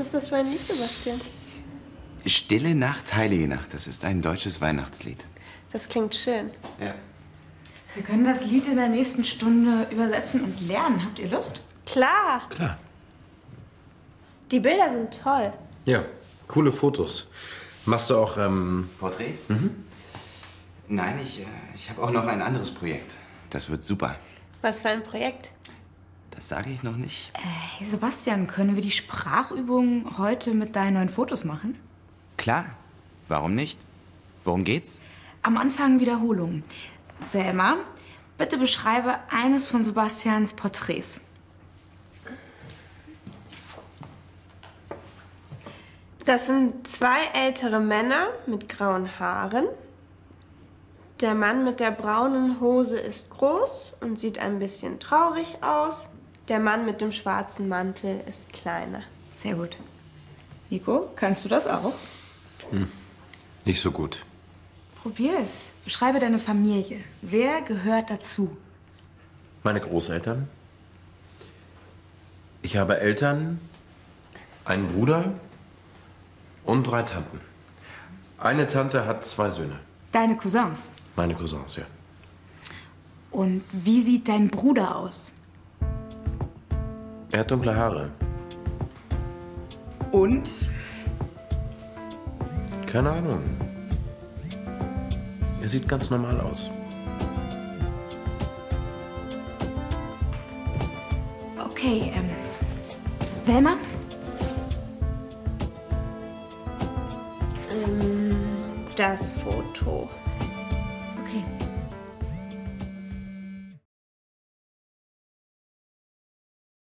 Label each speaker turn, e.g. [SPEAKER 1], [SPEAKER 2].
[SPEAKER 1] ist das für ein Lied, Sebastian?
[SPEAKER 2] Stille Nacht, heilige Nacht. Das ist ein deutsches Weihnachtslied.
[SPEAKER 1] Das klingt schön.
[SPEAKER 2] Ja.
[SPEAKER 3] Wir können das Lied in der nächsten Stunde übersetzen und lernen. Habt ihr Lust?
[SPEAKER 1] Klar,
[SPEAKER 4] Klar.
[SPEAKER 1] die Bilder sind toll.
[SPEAKER 4] Ja, coole Fotos. Machst du auch, ähm,
[SPEAKER 2] Porträts? Mhm. Nein, ich, äh, ich habe auch noch ein anderes Projekt. Das wird super.
[SPEAKER 1] Was für ein Projekt.
[SPEAKER 2] Das sage ich noch nicht.
[SPEAKER 3] Hey Sebastian, können wir die Sprachübung heute mit deinen neuen Fotos machen?
[SPEAKER 2] Klar. Warum nicht? Worum geht's?
[SPEAKER 3] Am Anfang Wiederholung. Selma, bitte beschreibe eines von Sebastians Porträts.
[SPEAKER 1] Das sind zwei ältere Männer mit grauen Haaren. Der Mann mit der braunen Hose ist groß und sieht ein bisschen traurig aus. Der Mann mit dem schwarzen Mantel ist kleiner.
[SPEAKER 3] Sehr gut. Nico, kannst du das auch?
[SPEAKER 4] nicht so gut.
[SPEAKER 3] Probier es. Beschreibe deine Familie. Wer gehört dazu?
[SPEAKER 4] Meine Großeltern. Ich habe Eltern, einen Bruder und drei Tanten. Eine Tante hat zwei Söhne.
[SPEAKER 3] Deine Cousins.
[SPEAKER 4] Meine Cousins, ja.
[SPEAKER 3] Und wie sieht dein Bruder aus?
[SPEAKER 4] Er hat dunkle Haare.
[SPEAKER 3] Und?
[SPEAKER 4] Keine Ahnung. Er sieht ganz normal aus.
[SPEAKER 3] Okay, ähm. Selma?
[SPEAKER 1] Das Foto.
[SPEAKER 3] Okay.